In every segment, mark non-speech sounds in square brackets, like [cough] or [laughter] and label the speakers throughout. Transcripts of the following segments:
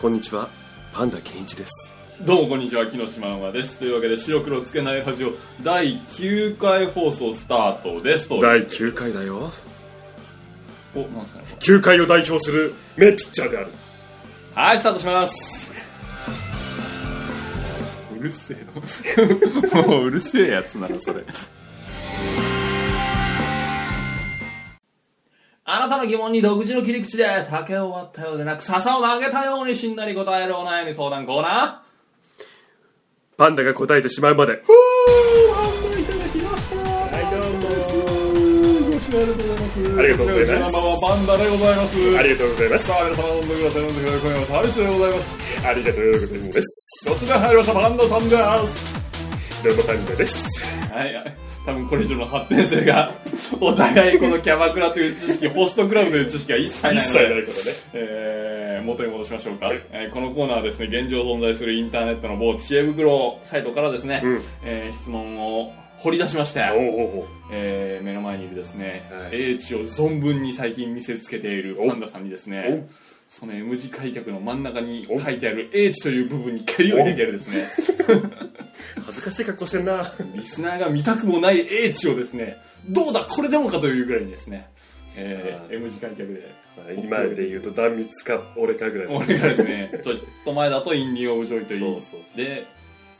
Speaker 1: こんにちはパンダケンイチです
Speaker 2: どうもこんにちは木下真和ですというわけで白黒つけないラジオ第9回放送スタートですと
Speaker 1: 第9回だよ
Speaker 2: おなんですかねこ
Speaker 1: 9回を代表する名ピッチャーである
Speaker 2: れはいスタートします [laughs] うるせえのもううるせえやつなのそれあなたの疑問に独自の切り口で竹を割ったようでなく笹を投げたようにしんなり答えるお悩み相談コーナ
Speaker 1: パンダが答えてしまうまで
Speaker 2: ーおー販売いただきましたご視聴ありがとうございま
Speaker 1: あり
Speaker 2: す。
Speaker 1: がとうございます
Speaker 2: こちらの生はバンダでございます。
Speaker 1: ありがとうございます
Speaker 2: さあ、皆様、飲んでください、飲んでください。今夜は大将でございます。
Speaker 1: ありがとうございます
Speaker 2: 女子が入りました、バンダさんです。
Speaker 1: どうもパンダです
Speaker 2: はいはい。多分これ以上の発展性が、 [laughs] お互いこのキャバクラという知識、ホストクラブという知識が一切ない
Speaker 1: 一
Speaker 2: の
Speaker 1: 切ない
Speaker 2: で、
Speaker 1: からね
Speaker 2: えー、元に戻しましょうか、えーこのコーナーはですね、現状存在するインターネットの某知恵袋サイトからですね、
Speaker 1: うん
Speaker 2: えー質問を掘り出しまして、
Speaker 1: おうおうおう
Speaker 2: えー目の前にいるですね、
Speaker 1: はい
Speaker 2: 英知を存分に最近見せつけているパンダさんにですねその M 字開脚の真ん中に書いてある英知という部分に蹴りを入れてやるですね
Speaker 1: 恥ずかしい格好してんな
Speaker 2: リスナーが見たくもない英知をですねどうだこれでもかというぐらいにですね、えー M 字開脚で
Speaker 1: 今で言うと断蜜か俺かぐらいの
Speaker 2: 俺がですね [laughs] ちょっと前だとインディオブジョイといい
Speaker 1: そうそうそう
Speaker 2: で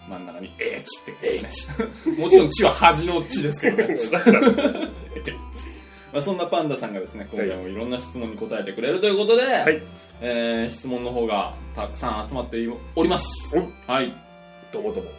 Speaker 2: 真ん中に英知って書いてね [laughs] もちろん地は恥の地ですけどね [laughs]
Speaker 1: だから
Speaker 2: まあ、そんなパンダさんがですね今回もいろんな質問に答えてくれるということで、
Speaker 1: い
Speaker 2: えー質問の方がたくさん集まっておりますはい
Speaker 1: どうもどうも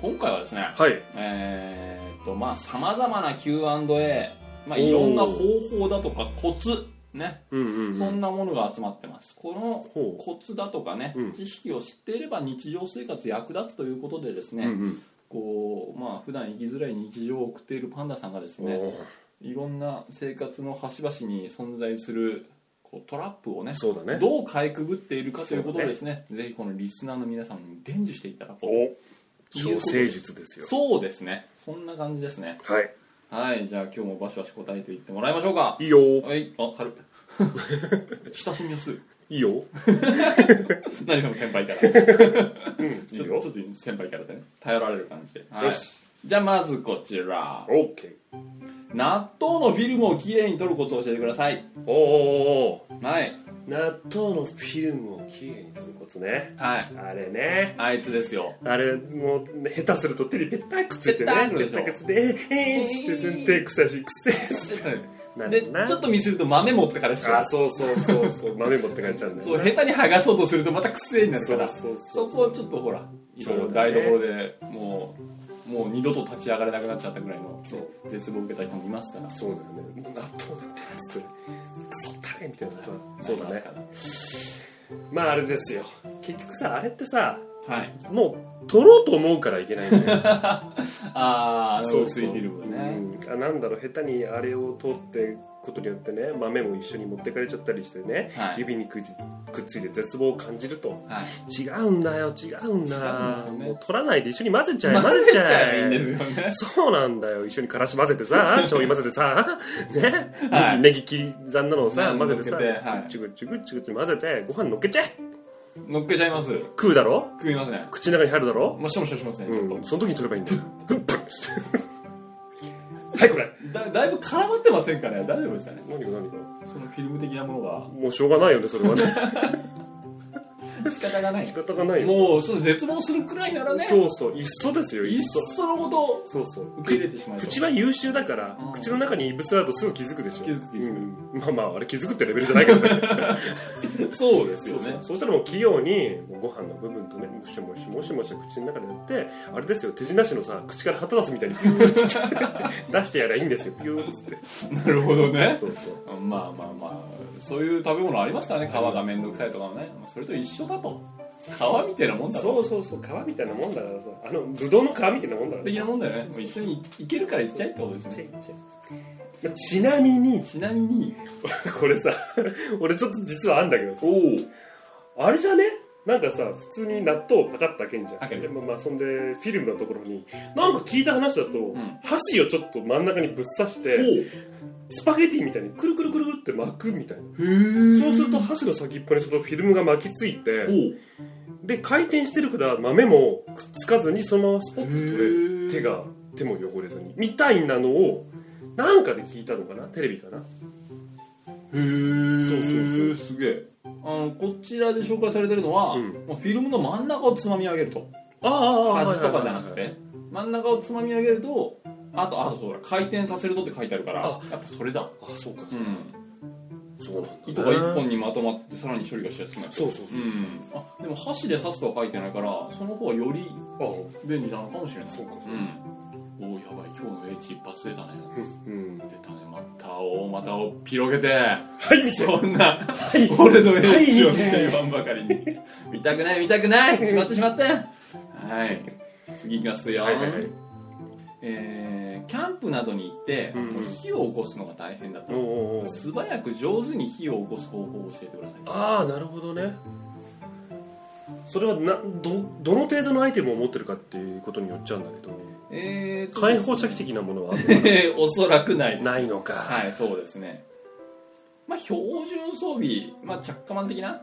Speaker 2: 今回はですね
Speaker 1: はい
Speaker 2: えーっとまあさまざまな Q&A、まあ、いろんな方法だとかコツね、
Speaker 1: うんうん
Speaker 2: そんなものが集まってますこの
Speaker 1: ほう
Speaker 2: コツだとかね、
Speaker 1: うん
Speaker 2: 知識を知っていれば日常生活役立つということでですね、
Speaker 1: うん
Speaker 2: こうまあ普段生きづらい日常を送っているパンダさんがです
Speaker 1: うん
Speaker 2: ね
Speaker 1: おう
Speaker 2: いろんな生活の端々に存在するこうトラップをね
Speaker 1: そうだね
Speaker 2: どうかいくぐっているかということをですねぜひこのリスナーの皆さんに伝授していただこう
Speaker 1: お小生術ですよ
Speaker 2: そうですねそんな感じですね
Speaker 1: はい
Speaker 2: はいじゃあ今日もバシバシ答えていってもらいましょうか
Speaker 1: いいよ
Speaker 2: はいあ
Speaker 1: [laughs]
Speaker 2: 軽い親しみやすい
Speaker 1: いいよ
Speaker 2: 何その先輩から
Speaker 1: [laughs]
Speaker 2: ち
Speaker 1: いい
Speaker 2: ょ
Speaker 1: よ
Speaker 2: っとちょっと先輩からでね頼られる感じで、はい、
Speaker 1: よし
Speaker 2: じゃあまずこちら
Speaker 1: オッケ
Speaker 2: 納豆のフィルムをきれいに取るコツを教えてください
Speaker 1: ーおお
Speaker 2: はい
Speaker 1: 納豆のフィルムをきれいに取るコツね
Speaker 2: はい
Speaker 1: あれね
Speaker 2: あいつですよ
Speaker 1: あれもう下手すると手にぺったくっついて
Speaker 2: ぺった
Speaker 1: ね
Speaker 2: んこ
Speaker 1: ぺ
Speaker 2: で
Speaker 1: っ
Speaker 2: しょ
Speaker 1: たくっついてえーえーっつって手臭いしくせえっつっな
Speaker 2: で
Speaker 1: るな
Speaker 2: ちょっと見せると豆持ってからして
Speaker 1: あそうそうそうそう豆持って帰っちゃうんだ
Speaker 2: そ
Speaker 1: よ
Speaker 2: う
Speaker 1: な
Speaker 2: 下手に剥がそうとするとまたくせえになるから
Speaker 1: そうそう
Speaker 2: そこをちょっとほらいろいろ台所でもうもう二度と立ち上がれなくなっちゃったぐらいの
Speaker 1: そう
Speaker 2: 絶望を受けた人もいますから
Speaker 1: そうだよねもう納豆なんてやつってクソったれみたいなさそうだ
Speaker 2: なり
Speaker 1: ね
Speaker 2: ます
Speaker 1: まああれですよ結局さあれってさ
Speaker 2: からはい
Speaker 1: もう取ろうと思うからいけないんだよ
Speaker 2: あああの薄いフ
Speaker 1: う
Speaker 2: ィルムね
Speaker 1: うんあなんだろう下手にあれを取ってことによってね豆も一緒に持ってかれちゃったりしてね、
Speaker 2: はい
Speaker 1: 指にくいくっついて絶望を感じると
Speaker 2: はい
Speaker 1: 違うんだよ違うんだ
Speaker 2: 違うんですよね
Speaker 1: もう取らないで一緒に混ぜちゃえ混
Speaker 2: 混
Speaker 1: ぜ
Speaker 2: ぜ
Speaker 1: ち
Speaker 2: ち
Speaker 1: ゃ
Speaker 2: ゃ
Speaker 1: え
Speaker 2: えばいいんですよね
Speaker 1: そうなんだよ一緒にからし混ぜてさ
Speaker 2: [laughs]
Speaker 1: 醤油混ぜてさ、ね
Speaker 2: はい
Speaker 1: ネギ切り刻んだのをさ
Speaker 2: ね
Speaker 1: 混ぜてさ
Speaker 2: 乗っけてはい
Speaker 1: ぐっちゅぐっちゅぐっちゅぐっちゅ混ぜてご飯乗っけちゃえ
Speaker 2: 乗っけちゃいます
Speaker 1: 食うだろ
Speaker 2: 食いますね
Speaker 1: 口の中に入るだろ、
Speaker 2: もしもしもしますねちょっ
Speaker 1: うん、その時に取ればいいんだよはいこれ
Speaker 2: とだだいぶ絡まってませんかね大丈夫ですかね
Speaker 1: 何が何が
Speaker 2: そのフィルム的なものが
Speaker 1: もうしょうがないよねそれはね
Speaker 2: 仕方がない
Speaker 1: 仕方がないよ
Speaker 2: もうその絶望するくらいならね
Speaker 1: そうそういっそですよい
Speaker 2: い
Speaker 1: っ
Speaker 2: っ
Speaker 1: そ
Speaker 2: そのことを
Speaker 1: そうそう
Speaker 2: 受け入れてしまうと
Speaker 1: 口は優秀だから、
Speaker 2: うん
Speaker 1: 口の中に異物あるとすぐ気づくでしょ
Speaker 2: 気づく気づ
Speaker 1: う
Speaker 2: く
Speaker 1: んまあまああれ気づくってレベルじゃないけどね
Speaker 2: そうで
Speaker 1: そ
Speaker 2: すよ
Speaker 1: うそう
Speaker 2: ね
Speaker 1: そうしたらもう器用にもうご飯の部分とねもしもしもしもし口の中でやってあれですよ手品師のさ口から旗出すみたいにピューッつって出してやりゃいいんですよピューッつって
Speaker 2: なるほどね
Speaker 1: そうそう
Speaker 2: まあまあまあそういう食べ物ありますからね皮が面倒くさいとかもねまあそれと一緒だと皮みたいなもんだと
Speaker 1: そうそうそう皮みたいなもんだからさあのブドウの皮みたいなもんだから
Speaker 2: 的なもんだよねもう一緒にいけるからいっちゃいってことです
Speaker 1: ち
Speaker 2: ね
Speaker 1: っちゃいまあちなみに
Speaker 2: ちなみに
Speaker 1: [laughs] これさ俺ちょっと実はあんだけどさ
Speaker 2: おお
Speaker 1: あれじゃねなんかさ普通に納豆をパカッと開けんじゃ
Speaker 2: 開
Speaker 1: ん
Speaker 2: ける
Speaker 1: でもまあそんでフィルムのところになんか聞いた話だと、
Speaker 2: ん
Speaker 1: 箸をちょっと真ん中にぶっ刺してスパゲティみたいにくるくるくるくるって巻くみたいな
Speaker 2: え
Speaker 1: そうすると箸の先っぽにそのフィルムが巻きついて
Speaker 2: おう
Speaker 1: で回転してるから豆もくっつかずにそのままスポッと取れる
Speaker 2: へえ
Speaker 1: 手が手も汚れずにみたいなのをなんかで聞いたのかなテレビかな
Speaker 2: へえ
Speaker 1: そうそう
Speaker 2: すげえあのこちらで紹介されてるのは、
Speaker 1: うん
Speaker 2: まあフィルムの真ん中をつまみ上げると
Speaker 1: ああ
Speaker 2: 端とかじゃなくて真ん中をつまみ上げるとあとあとほら回転させるとって書いてあるから
Speaker 1: あ
Speaker 2: やっぱそれだ、
Speaker 1: あそうか
Speaker 2: う
Speaker 1: そう,、
Speaker 2: ん、
Speaker 1: そうなんだね、
Speaker 2: 糸が一本にまとまってさらに処理がしやすくなる
Speaker 1: そうそう
Speaker 2: う、ん、あでも箸で刺すとは書いてないからその方がより
Speaker 1: そう
Speaker 2: 便利なのかもしれな
Speaker 1: あ
Speaker 2: い
Speaker 1: そうかそううか
Speaker 2: んおおやばい今日の英知一発出たね
Speaker 1: うん
Speaker 2: 出たねまた大股を広げて
Speaker 1: はい見て
Speaker 2: そんな
Speaker 1: はい
Speaker 2: 俺の英知を
Speaker 1: はい見
Speaker 2: 見て
Speaker 1: て
Speaker 2: 言わんばかりに見たくない見たくないしまってしまってはい次いきますよ、
Speaker 1: はいはいはい
Speaker 2: えーキャンプなどに行って、
Speaker 1: うん
Speaker 2: もう火を起こすのが大変だ
Speaker 1: お
Speaker 2: と
Speaker 1: うおうおう
Speaker 2: 素早く上手に火を起こす方法を教えてください
Speaker 1: ああなるほどねそれはなどどの程度のアイテムを持ってるかっていうことによっちゃうんだけど
Speaker 2: えーと
Speaker 1: 開放射器的なも [laughs] のはある
Speaker 2: [laughs] おそらくない
Speaker 1: のないのか、
Speaker 2: はいそうですねまあ標準装備、まあ、着火マン的な、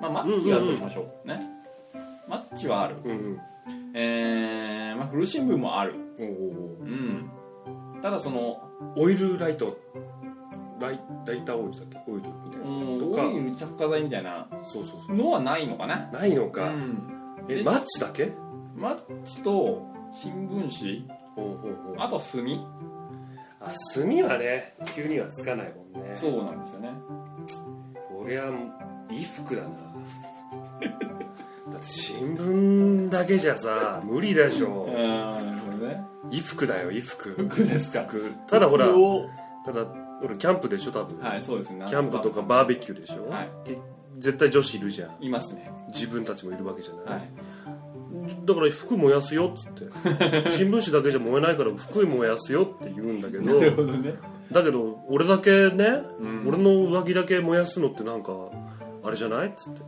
Speaker 2: まあ、マッチがあるとしましょう,、ねマッチはある
Speaker 1: うん
Speaker 2: えー、まあ古新聞もある
Speaker 1: うんおうおうおう
Speaker 2: うんただその
Speaker 1: オイルライトライライターオイルだっけオイルみたい
Speaker 2: うん
Speaker 1: なとか
Speaker 2: オイル着火剤みたいな
Speaker 1: そうそうそ
Speaker 2: のはないのかな
Speaker 1: うないのか、
Speaker 2: うん
Speaker 1: え
Speaker 2: で
Speaker 1: マッチだけ
Speaker 2: マッチと新聞
Speaker 1: ほうほうほう
Speaker 2: 紙あと炭
Speaker 1: あ炭はね急にはつかないもんね
Speaker 2: そうなんですよね
Speaker 1: こりゃ衣服だなだって新聞だけじゃさ無理でし
Speaker 2: う
Speaker 1: ょ
Speaker 2: んなるほどね
Speaker 1: 衣服だよ衣服
Speaker 2: 服ですか
Speaker 1: 服ただほら
Speaker 2: 服を
Speaker 1: ただ俺キャンプでしょ多分、
Speaker 2: はいそうですね
Speaker 1: キャンプとかバーベキューでしょ、
Speaker 2: はい
Speaker 1: け絶対女子いるじゃん
Speaker 2: いますね
Speaker 1: 自分たちもいるわけじゃない、
Speaker 2: はい
Speaker 1: だから服燃やすよっ
Speaker 2: [laughs]
Speaker 1: つって新聞紙だけじゃ燃えないから服燃やすよって言うんだけど
Speaker 2: なる [laughs] ほどね
Speaker 1: だけど俺だけね、
Speaker 2: うん
Speaker 1: 俺の上着だけ燃やすのってなんかあれじゃないっつって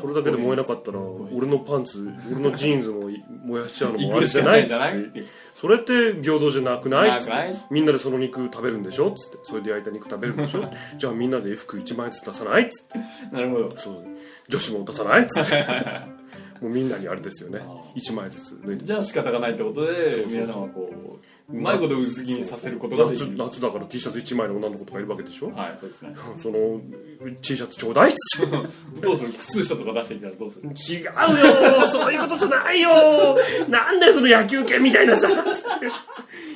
Speaker 1: それだけで燃えなかったら俺のパンツ俺のジーンズもい燃やしちゃうのもあれじゃないっつってそれって平等じゃなくないっつって
Speaker 2: ない
Speaker 1: みんなでその肉食べるんでしょっつってそれで焼いた肉食べるんでし
Speaker 2: [laughs]
Speaker 1: ょじゃあみんなで服1枚ずつ出さないっつって
Speaker 2: なるほど
Speaker 1: そう女子も出さないっつって
Speaker 2: [laughs]
Speaker 1: もうみんなにあれですよね
Speaker 2: あー
Speaker 1: 1枚ずつ脱いで
Speaker 2: じゃあ仕方がないってこと
Speaker 1: そう
Speaker 2: で
Speaker 1: そうそう
Speaker 2: 皆さんはこううまいこと薄着にさせることができ
Speaker 1: 夏
Speaker 2: る
Speaker 1: 夏だから T シャツ1枚の女の子とかいるわけでしょ
Speaker 2: はいそうですね
Speaker 1: その T シャツちょうだいっつって
Speaker 2: どうする靴下とか出してきたらどうする
Speaker 1: 違うよそういうことじゃないよなんだよその野球券みたいなさつって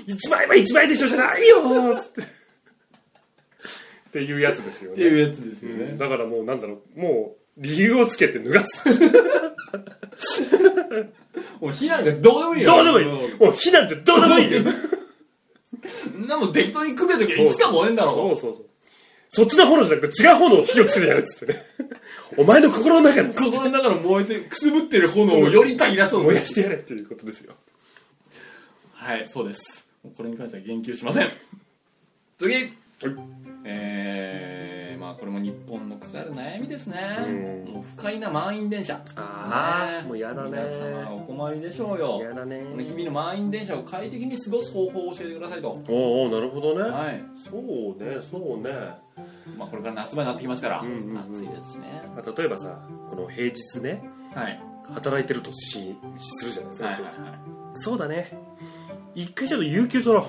Speaker 1: 一枚は一枚でしょじゃないよつってっていうやつですよ
Speaker 2: って
Speaker 1: ね
Speaker 2: いうやつですよね
Speaker 1: だからもうなんだろうもう理由をつけて脱がす
Speaker 2: もう火なんかどうでもいいよ
Speaker 1: どうでもいいもう火なんてどうでもいいよ
Speaker 2: いなんも適当に組めときゃいつか燃えんだ
Speaker 1: そ
Speaker 2: ろ
Speaker 1: うそうそうそっちの炎じゃなくて違う炎を火をつけてやるっつってねお前の心の中に
Speaker 2: 心の中の燃えてくすぶってる炎をより焚き出そう
Speaker 1: 燃やしてやれっていうことですよ
Speaker 2: はいそうですもうこれに関しては言及しません次えー、まあこれも日本のかかる悩みですね
Speaker 1: うん
Speaker 2: もう不快な満員電車ねえ皆様お困りでしょうよ
Speaker 1: だね
Speaker 2: この日々の満員電車を快適に過ごす方法を教えてくださいと
Speaker 1: おーおーなるほどね、
Speaker 2: はい
Speaker 1: そうねそうね
Speaker 2: まあこれから夏場になってきますから、
Speaker 1: うんうんうん
Speaker 2: 暑いですね
Speaker 1: まあ例えばさこの平日ね
Speaker 2: はい
Speaker 1: 働いてるとしするじゃないですか、
Speaker 2: はいはいは
Speaker 1: そうだね一回ちょっと有給取ろ
Speaker 2: [laughs]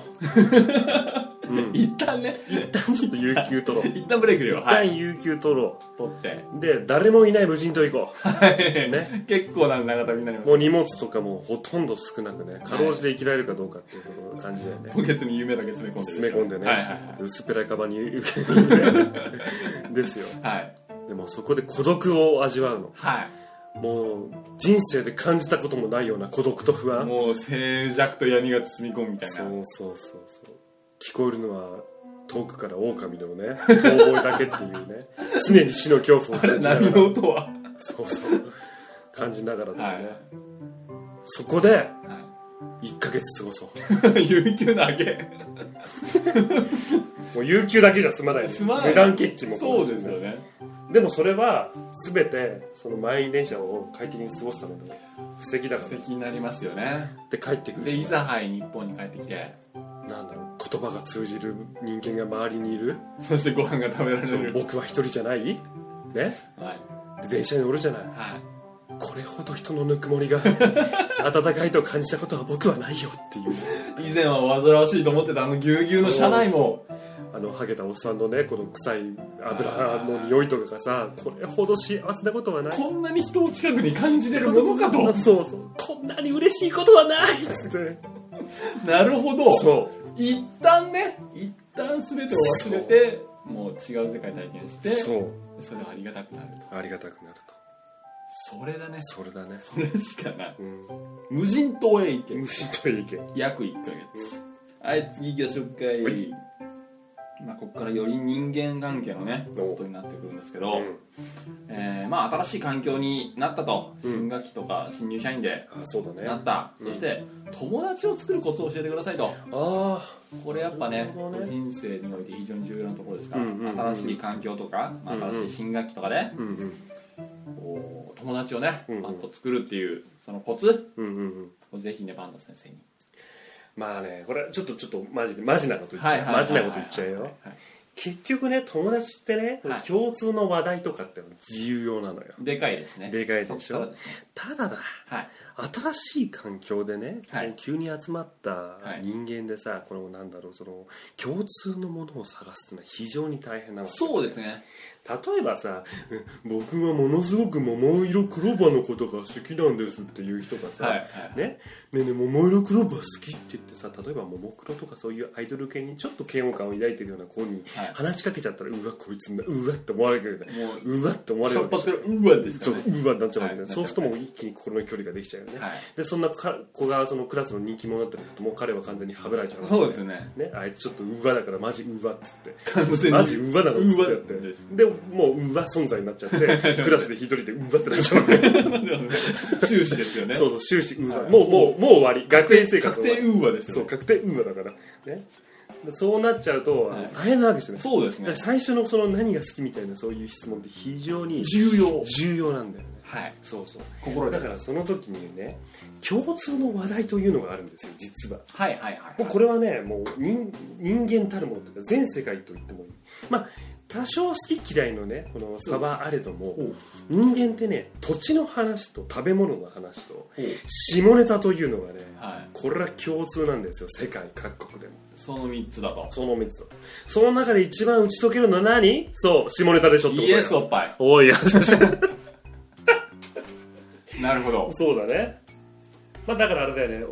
Speaker 1: う、うん、
Speaker 2: い一旦ね
Speaker 1: 一旦ちょっと有給取ろう
Speaker 2: 一旦ブレイクるよ
Speaker 1: [laughs] 一
Speaker 2: はい
Speaker 1: 旦有給取ろ
Speaker 2: 取って
Speaker 1: うで誰もいない無人島行こ
Speaker 2: [laughs] ね結構な長旅になりま
Speaker 1: う
Speaker 2: す
Speaker 1: もう荷物とかもほとんど少なくねかろうじて生きられるかどうかっていう感じだよね
Speaker 2: ポケットに夢だけ詰め込んでです
Speaker 1: 詰め込んでね、
Speaker 2: はいはいはい
Speaker 1: 薄っぺらいカバンに
Speaker 2: [laughs]
Speaker 1: ですよ
Speaker 2: はい
Speaker 1: でもそこで孤独を味わうの
Speaker 2: は
Speaker 1: もう人生で感じたこともないような孤独と不
Speaker 2: い
Speaker 1: 安
Speaker 2: もう静寂と闇が包み込むみた
Speaker 1: [laughs]
Speaker 2: いな
Speaker 1: そうそうそうそう聞こえるのは遠くから狼のね遠吠えだけっていう [laughs] ね常に死の恐怖を感じなが
Speaker 2: 波
Speaker 1: ら
Speaker 2: の音は
Speaker 1: そうそう感じながらだ
Speaker 2: は
Speaker 1: よ
Speaker 2: い
Speaker 1: ね、そこで
Speaker 2: は
Speaker 1: 1ヶ月過ごそう
Speaker 2: い [laughs] 有給投げ
Speaker 1: もう有給だけじゃ済まない
Speaker 2: すまない
Speaker 1: 無断欠勤も
Speaker 2: そうですよね
Speaker 1: でもそれは全てその満員電車を快適に過ごすための布石だか
Speaker 2: 素敵になりますよね
Speaker 1: らで帰ってくる
Speaker 2: で
Speaker 1: じゃん
Speaker 2: いざはい日本に帰ってきて
Speaker 1: なんだろう言葉が通じる人間が周りにいる
Speaker 2: [laughs] そしてご飯が食べられ
Speaker 1: そう
Speaker 2: る
Speaker 1: 僕は一人じゃないね
Speaker 2: はい
Speaker 1: で電車に乗るじゃない
Speaker 2: はい
Speaker 1: これほど人のぬくもりが
Speaker 2: [laughs]
Speaker 1: 温かいと感じたことは僕はないよっていう
Speaker 2: 以前は煩わしいと思ってたあのぎゅうぎゅうの車内も
Speaker 1: あのハゲたおっさんのねこの臭い油の匂いとかがさこれほど幸せなことはない
Speaker 2: こんなに人を近くに感じれるものかと
Speaker 1: [laughs] そうそうこんなに嬉しいことはないっつって
Speaker 2: なるほど
Speaker 1: そ
Speaker 2: 一旦ね一旦全てを忘れてもう違う世界体験し
Speaker 1: う
Speaker 2: てそ
Speaker 1: そう
Speaker 2: れはありがたくなると
Speaker 1: ありがたくなると
Speaker 2: それだね
Speaker 1: それだね
Speaker 2: それしかない
Speaker 1: うん
Speaker 2: 無人島へ行け
Speaker 1: 虫といいけ
Speaker 2: 約1ヶ月はい次行きましょうかい、
Speaker 1: はい
Speaker 2: まあ、ここからより人間関係のね
Speaker 1: お
Speaker 2: ことになってくるんですけど、えーまあ、新しい環境になったと
Speaker 1: うん
Speaker 2: 新学期とか新入社員で
Speaker 1: あそうだね
Speaker 2: なった、
Speaker 1: うん
Speaker 2: そして友達を作るコツを教えてくださいと
Speaker 1: あ
Speaker 2: これやっぱ
Speaker 1: なる
Speaker 2: ね
Speaker 1: ほどね
Speaker 2: 人生において非常に重要なところですから、
Speaker 1: うんうんうん
Speaker 2: 新しい環境とか、まあ
Speaker 1: うんうん
Speaker 2: 新しい新学期とかで、
Speaker 1: うんうん
Speaker 2: こう友達をね
Speaker 1: うんうん
Speaker 2: バンと作るっていうそのコツ
Speaker 1: うんうんうん
Speaker 2: をぜひねバンド先生に
Speaker 1: まあねこれはちょっとちょっとマジでマジなこと言っちゃう
Speaker 2: はい
Speaker 1: マジなこと言っちゃうよ
Speaker 2: はい
Speaker 1: 結局ね友達ってね、
Speaker 2: はい
Speaker 1: 共通の話題とかってのは重要なのよ
Speaker 2: でかいですね
Speaker 1: でかいでしょ
Speaker 2: そっからですね
Speaker 1: ただだ
Speaker 2: はい
Speaker 1: 新しい環境でね、
Speaker 2: はい
Speaker 1: こう急に集まった
Speaker 2: い
Speaker 1: 人間でさ、このなんだろうその共通のものを探すっていうのは非常に大変なの
Speaker 2: そうですね
Speaker 1: 例えばさ [laughs] 「僕はものすごく桃色黒葉のことが好きなんです」っていう人がさ、
Speaker 2: はいはい
Speaker 1: ね、ねえねえ桃色クローバー好きって言ってさ例えばももクロとかそういうアイドル系にちょっと嫌悪感を抱いてるような子に
Speaker 2: はい
Speaker 1: 話しかけちゃったら、うわこいつなうわって思われるけどね
Speaker 2: もう
Speaker 1: うわって思われ
Speaker 2: し
Speaker 1: る
Speaker 2: ょっ
Speaker 1: わけ
Speaker 2: ぱ
Speaker 1: で
Speaker 2: つ
Speaker 1: す
Speaker 2: か
Speaker 1: よ
Speaker 2: らうわでした
Speaker 1: そう
Speaker 2: ね
Speaker 1: うわになっちゃうわけだよ
Speaker 2: はい
Speaker 1: そうするともう一気に心の距離ができちゃうよね、
Speaker 2: はい
Speaker 1: でそんなか子がそのクラスの人気者だったりするともう彼は完全にはぶられちゃう
Speaker 2: そうですよね
Speaker 1: ね、あいつちょっとうわだからマジうわっつって
Speaker 2: 完全に
Speaker 1: マジうわだろっつってやって
Speaker 2: うわです
Speaker 1: でもううわ存在になっちゃ
Speaker 2: [laughs]
Speaker 1: ってクラスで一人でうわってなっちゃうわけ
Speaker 2: 終始ですよね
Speaker 1: そうそう終始ウーア
Speaker 2: はい
Speaker 1: もうもうもう終わり学園生活
Speaker 2: 確
Speaker 1: 終わ
Speaker 2: 定
Speaker 1: り
Speaker 2: ウーアです
Speaker 1: [laughs] そ
Speaker 2: よ
Speaker 1: う
Speaker 2: ね
Speaker 1: 確定ウーアだからね [laughs] でそうなっちゃうと、
Speaker 2: はい
Speaker 1: 大変なわけですよね
Speaker 2: そうですね
Speaker 1: で最初のその何が好きみたいなそういう質問って非常に
Speaker 2: 重要
Speaker 1: 重要なんだよね
Speaker 2: はい
Speaker 1: そうそう
Speaker 2: 心
Speaker 1: だからその時にね共通の話題というのがあるんですよ実は
Speaker 2: はいはいはい
Speaker 1: もうこれはねもう人人間たるものというか全世界と言ってもいいまあ多少好き嫌いのねこの差はあれども
Speaker 2: ほう
Speaker 1: 人間ってね土地の話と食べ物の話と
Speaker 2: ほう
Speaker 1: 下ネタというのがね
Speaker 2: はい
Speaker 1: これは共通なんですよ世界各国でも
Speaker 2: その3つだと
Speaker 1: その3つとその中で一番打ち解けるのは何そう下ネタでしょってこと
Speaker 2: イ
Speaker 1: だよ
Speaker 2: エスおっぱい
Speaker 1: おいや [laughs]
Speaker 2: なるほど
Speaker 1: そうだねまあだからあれだよね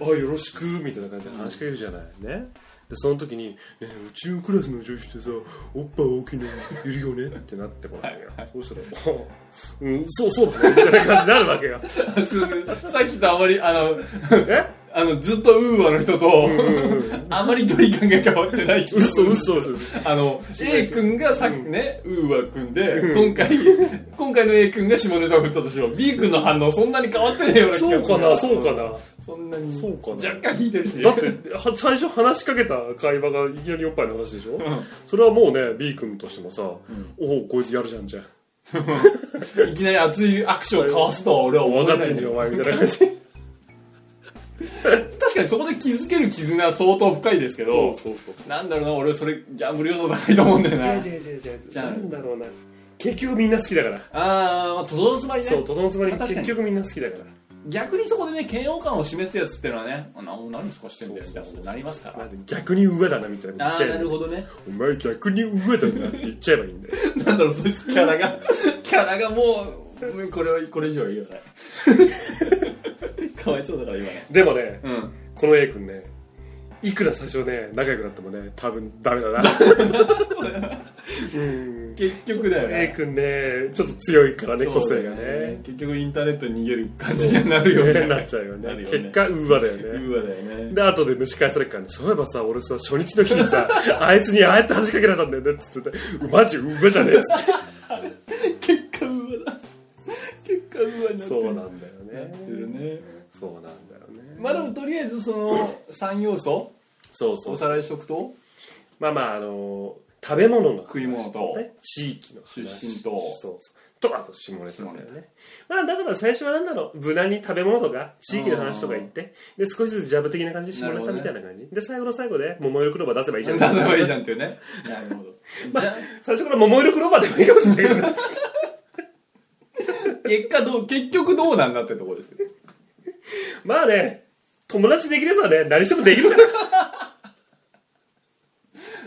Speaker 1: あよろしくみたいな感じで話しかけるじゃない、ねでその時に、ねえ、うちのクラスの女子ってさおっぱい大きいのいるよねってなってこないよ、そうしたら「うんそうそうだね」みたいな感じになるわけ [laughs] よ
Speaker 2: [laughs] さっきとあまりあの
Speaker 1: え
Speaker 2: あのずっとウーアの人と
Speaker 1: うんうん
Speaker 2: あまり距離感が変わってない気がす
Speaker 1: 嘘
Speaker 2: る
Speaker 1: 嘘嘘
Speaker 2: あの A 君がさっきね、ウーア君で今回今回の A 君が下ネタを振ったとしよう B 君の反応そんなに変わってないような気がす
Speaker 1: そ
Speaker 2: る
Speaker 1: うかなそうかな
Speaker 2: そんなに
Speaker 1: そうかな
Speaker 2: 若干引いてるし
Speaker 1: だっては最初話しかけた会話がいきなりおっぱいの話でしょ、
Speaker 2: ん
Speaker 1: それはもうね B 君としてもさ、おおこいつやるじゃんじゃん
Speaker 2: [laughs] いきなり熱いアクションを交わすとは俺は思
Speaker 1: 分か
Speaker 2: えな
Speaker 1: っ
Speaker 2: い
Speaker 1: てんじゃんお前みたいな感じ
Speaker 2: 確かにそこで気づける絆は相当深いですけど
Speaker 1: そうそう
Speaker 2: なんだろうな俺それギャンブル要素高いと思うんだよな
Speaker 1: 違う違う違う違う
Speaker 2: じゃあ
Speaker 1: なんだろうな結局みんな好きだから、
Speaker 2: あーまあとどのつまりね
Speaker 1: そうとどのつまり
Speaker 2: まあ確か
Speaker 1: 結
Speaker 2: に
Speaker 1: 局みんな好きだから
Speaker 2: 逆にそこでね嫌悪感を示すやつってのはねあな何すかしてんだよ
Speaker 1: そ
Speaker 2: み
Speaker 1: う
Speaker 2: た
Speaker 1: そそう
Speaker 2: いうなことになりますから
Speaker 1: まあ逆に上だなみたいな
Speaker 2: あ
Speaker 1: こと言っちゃえば
Speaker 2: ーな
Speaker 1: い
Speaker 2: る
Speaker 1: い
Speaker 2: ほどね
Speaker 1: お前逆に上だなって言っちゃえばいいんだよ
Speaker 2: [laughs] なんだろうそいつキャラがキャラがもうもうこれはこれ以上は言わない [laughs] かわいそうだから今
Speaker 1: でもね
Speaker 2: うん
Speaker 1: この A 君ねいくら最初ね仲良くなってもね多分ダメだなうん
Speaker 2: 結局だよ
Speaker 1: A
Speaker 2: ね
Speaker 1: 君ねちょっと強いからね個
Speaker 2: そう
Speaker 1: 性
Speaker 2: だよ
Speaker 1: がね
Speaker 2: 結局インターネットに逃げる感じになるよね
Speaker 1: なっちゃうよね
Speaker 2: なるよね
Speaker 1: 結果ウーバーだ
Speaker 2: う
Speaker 1: よね
Speaker 2: わだよね
Speaker 1: で後で蒸し返されるからねそういえばさ俺さ初日の日にさ [laughs] あいつにああやって話しかけられたんだよねっつっててマジウーバーじゃねえっつって
Speaker 2: 結果うわだ結果うわになってる
Speaker 1: [laughs] そうなんだよ
Speaker 2: なっ
Speaker 1: ね
Speaker 2: てるね
Speaker 1: そうなんだよね
Speaker 2: まあでもとりあえずその3要素
Speaker 1: そうそ
Speaker 2: お
Speaker 1: う
Speaker 2: [laughs] さらいしとくと
Speaker 1: まあまああのー食べ物の話
Speaker 2: 食い物と
Speaker 1: ね地域の
Speaker 2: 出
Speaker 1: 話
Speaker 2: 身と
Speaker 1: そうそうとあと下ネタだよねまあだから最初はなんだろう無難に食べ物とか地域の話とか言ってで少しずつジャブ的な感じで下ネタみたいな感じで最後の最後で桃色クローバー出せばいいじゃん
Speaker 2: 出せばいいじゃんっていうねなるほどじゃあ
Speaker 1: 最初から桃色クローバーでもいいかもしれないけど
Speaker 2: 結果どう結局どうなんだってとこですよ
Speaker 1: まあね友達できるやつはね何してもできるか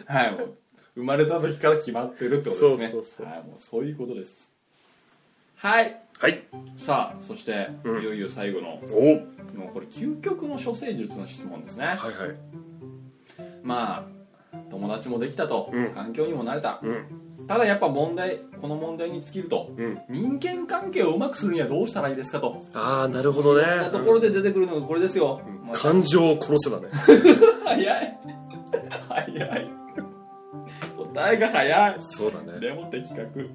Speaker 1: ら
Speaker 2: はいもう生まれた時から決まってるってことですね
Speaker 1: そうそうそう
Speaker 2: はいもうそういうことですはい
Speaker 1: はい
Speaker 2: さあそして、
Speaker 1: うん
Speaker 2: いよいよ最後の
Speaker 1: おおはい
Speaker 2: もうこれ究極の処世術の質問ですね、
Speaker 1: はい
Speaker 2: まあ友達もできたと、
Speaker 1: うん
Speaker 2: 環境にも慣れた
Speaker 1: うん
Speaker 2: ただやっぱ問題この問題に尽きると
Speaker 1: うん
Speaker 2: 人間関係をうまくするにはどうしたらいいですかと
Speaker 1: ああなるほどね
Speaker 2: そんなところで出てくるのがこれですよ、まあ
Speaker 1: 感情を殺せだね
Speaker 2: 早い早い答えが早い
Speaker 1: そうだね
Speaker 2: でも的確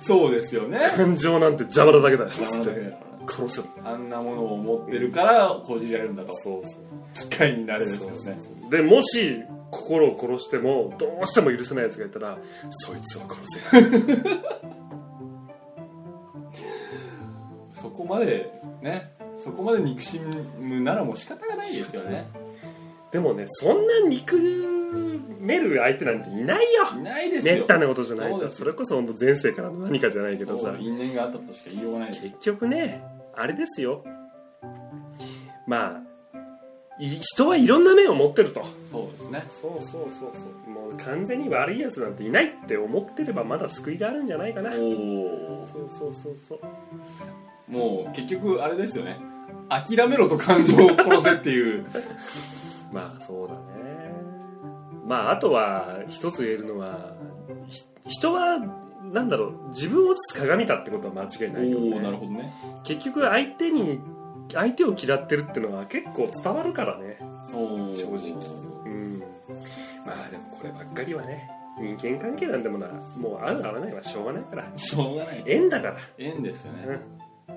Speaker 2: そうですよね
Speaker 1: 感情なんて邪魔なだけだよ
Speaker 2: 山の
Speaker 1: つっ
Speaker 2: 中
Speaker 1: て
Speaker 2: だから
Speaker 1: 殺せだ
Speaker 2: あんなものを持ってるからこじられるんだと
Speaker 1: そうそう
Speaker 2: 機械になれるんですよね
Speaker 1: でもし心を殺してもどうしても許せない奴がいたらそいつを殺せ
Speaker 2: そこまでねそこまで憎しむならもう仕方がないですよね
Speaker 1: でもねそんな憎める相手なんていないよ
Speaker 2: いないですよ
Speaker 1: めったなことじゃない
Speaker 2: そう
Speaker 1: と
Speaker 2: で
Speaker 1: そ
Speaker 2: すよ
Speaker 1: れこそ本当前世からの何かじゃないけど
Speaker 2: そ
Speaker 1: さ
Speaker 2: う因縁があったとしか言いようがないです
Speaker 1: 結局ねあれですよまあい人はいろんな面を持ってると
Speaker 2: そうですね
Speaker 1: そうそうそうそうもう完全に悪いやつなんていないって思ってればまだ救いがあるんじゃないかな
Speaker 2: おお
Speaker 1: そうそうそうそう
Speaker 2: もう結局あれですよね諦めろと感情を殺せって
Speaker 1: [laughs]
Speaker 2: いう
Speaker 1: まあそうだねまああとは一つ言えるのはひ人はなんだろう自分を映す鏡だってことは間違い
Speaker 2: お
Speaker 1: ないよ
Speaker 2: おなる
Speaker 1: ね
Speaker 2: ほどね
Speaker 1: 結局相手に相手を嫌ってるってのは結構伝わるからね
Speaker 2: おー
Speaker 1: 正直うんまあでもこればっかりはね人間関係なんてものはもう合う合わないはしょうがないから
Speaker 2: しょうがない
Speaker 1: 縁だから
Speaker 2: 縁ですよ
Speaker 1: う
Speaker 2: ね
Speaker 1: ん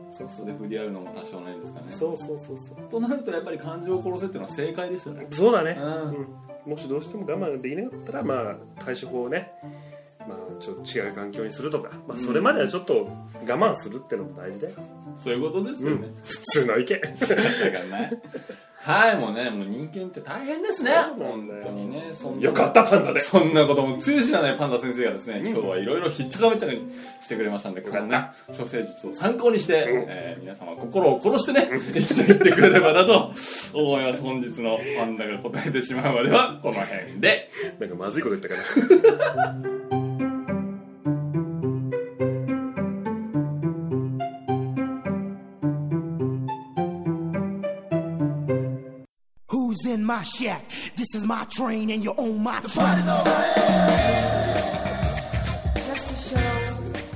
Speaker 2: そうそうで振り合うのも多少ないですからね
Speaker 1: そうそうそうそう
Speaker 2: となるとやっぱり感情を殺せっていうのは正解ですよね
Speaker 1: そうだね
Speaker 2: うん
Speaker 1: もしどうしても我慢できなかったら、まあ、対処法をね、まあ、ちょっと違う環境にするとか、まあ、それまではちょっと我慢するってのも大事だよ、
Speaker 2: そういうことですよね、
Speaker 1: 普通の意見
Speaker 2: [laughs] だからねはいもうねもう人間って大変ですね
Speaker 1: そうなん
Speaker 2: 本
Speaker 1: だよ
Speaker 2: 当にねそんな
Speaker 1: よかったパンダで
Speaker 2: そんなこともつゆ知らないパンダ先生がですね、今日はいろいろひっちゃかめっちゃかにしてくれましたんで、こんな処世術を参考にして、
Speaker 1: うん
Speaker 2: えー皆様心を殺してね、生きていってくれればなと思います。本日のパンダが答えてしまうまでは、この辺で。
Speaker 1: なんかまずいこと言ったかな
Speaker 3: Who's in my shack? This is my train and you're on my track.
Speaker 4: just to show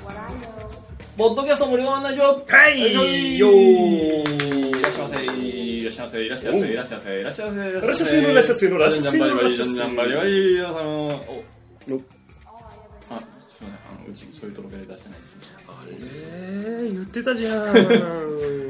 Speaker 4: what I know.
Speaker 2: ポッドキャスト無料案内所
Speaker 1: [laughs] はい
Speaker 2: よ
Speaker 1: よ
Speaker 2: ーいらっしゃいませいらっしゃいませいらっしゃいませ
Speaker 1: おう
Speaker 2: いらっしゃいませいらっしゃいませい
Speaker 1: らっしゃいませいらっしゃいませいらっしゃいませ
Speaker 2: じゃんばりばりじゃんじゃんばりばり皆さんおあ
Speaker 1: の
Speaker 2: すいませんあのうちそういうところで出してないですね
Speaker 1: あれ言ってたじゃんは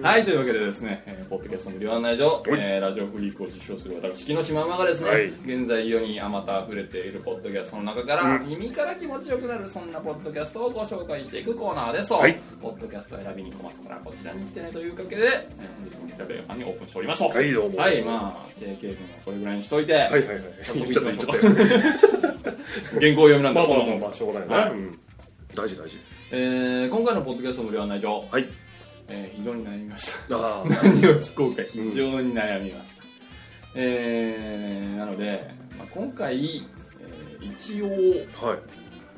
Speaker 2: はいというわけでですね、えーポッドキャスト無料案内所、
Speaker 1: はい
Speaker 2: えーラジオフリークを受賞する私木の島馬がですね、
Speaker 1: はい
Speaker 2: 現在世にあまた溢れているポッドキャストの中から、耳から気持ちよくなるそんなポッドキャストをご紹介していくコーナーですと、
Speaker 1: はい
Speaker 2: ポッドキャストを選びに困ったからこちらに来てねというわけで、えー本日も平部屋にオープンしておりますと
Speaker 1: [laughs] はいどうも
Speaker 2: はいまあ JK 君はこれぐらいにしといて、
Speaker 1: いはいはい
Speaker 2: 早
Speaker 1: 言っちゃ
Speaker 2: 速行
Speaker 1: っ
Speaker 2: き
Speaker 1: た
Speaker 2: ま
Speaker 1: 言っ
Speaker 2: し
Speaker 1: ち
Speaker 2: ょ
Speaker 1: ゃっ
Speaker 2: う
Speaker 1: たよ
Speaker 2: [laughs] 原稿を読みなんで
Speaker 1: まあ
Speaker 2: そ
Speaker 1: まあま
Speaker 2: んなも
Speaker 1: あ
Speaker 2: ん
Speaker 1: まあ
Speaker 2: です
Speaker 1: しょうがないね、
Speaker 2: は
Speaker 1: うん大事大事
Speaker 2: えー今回のポッドキャスト無料案内所、
Speaker 1: はい
Speaker 2: えー非常に悩みました
Speaker 1: ああ
Speaker 2: 何を聞こうか非常に悩みます、えーなので、まあ、今回、えー一応、
Speaker 1: [laughs] はい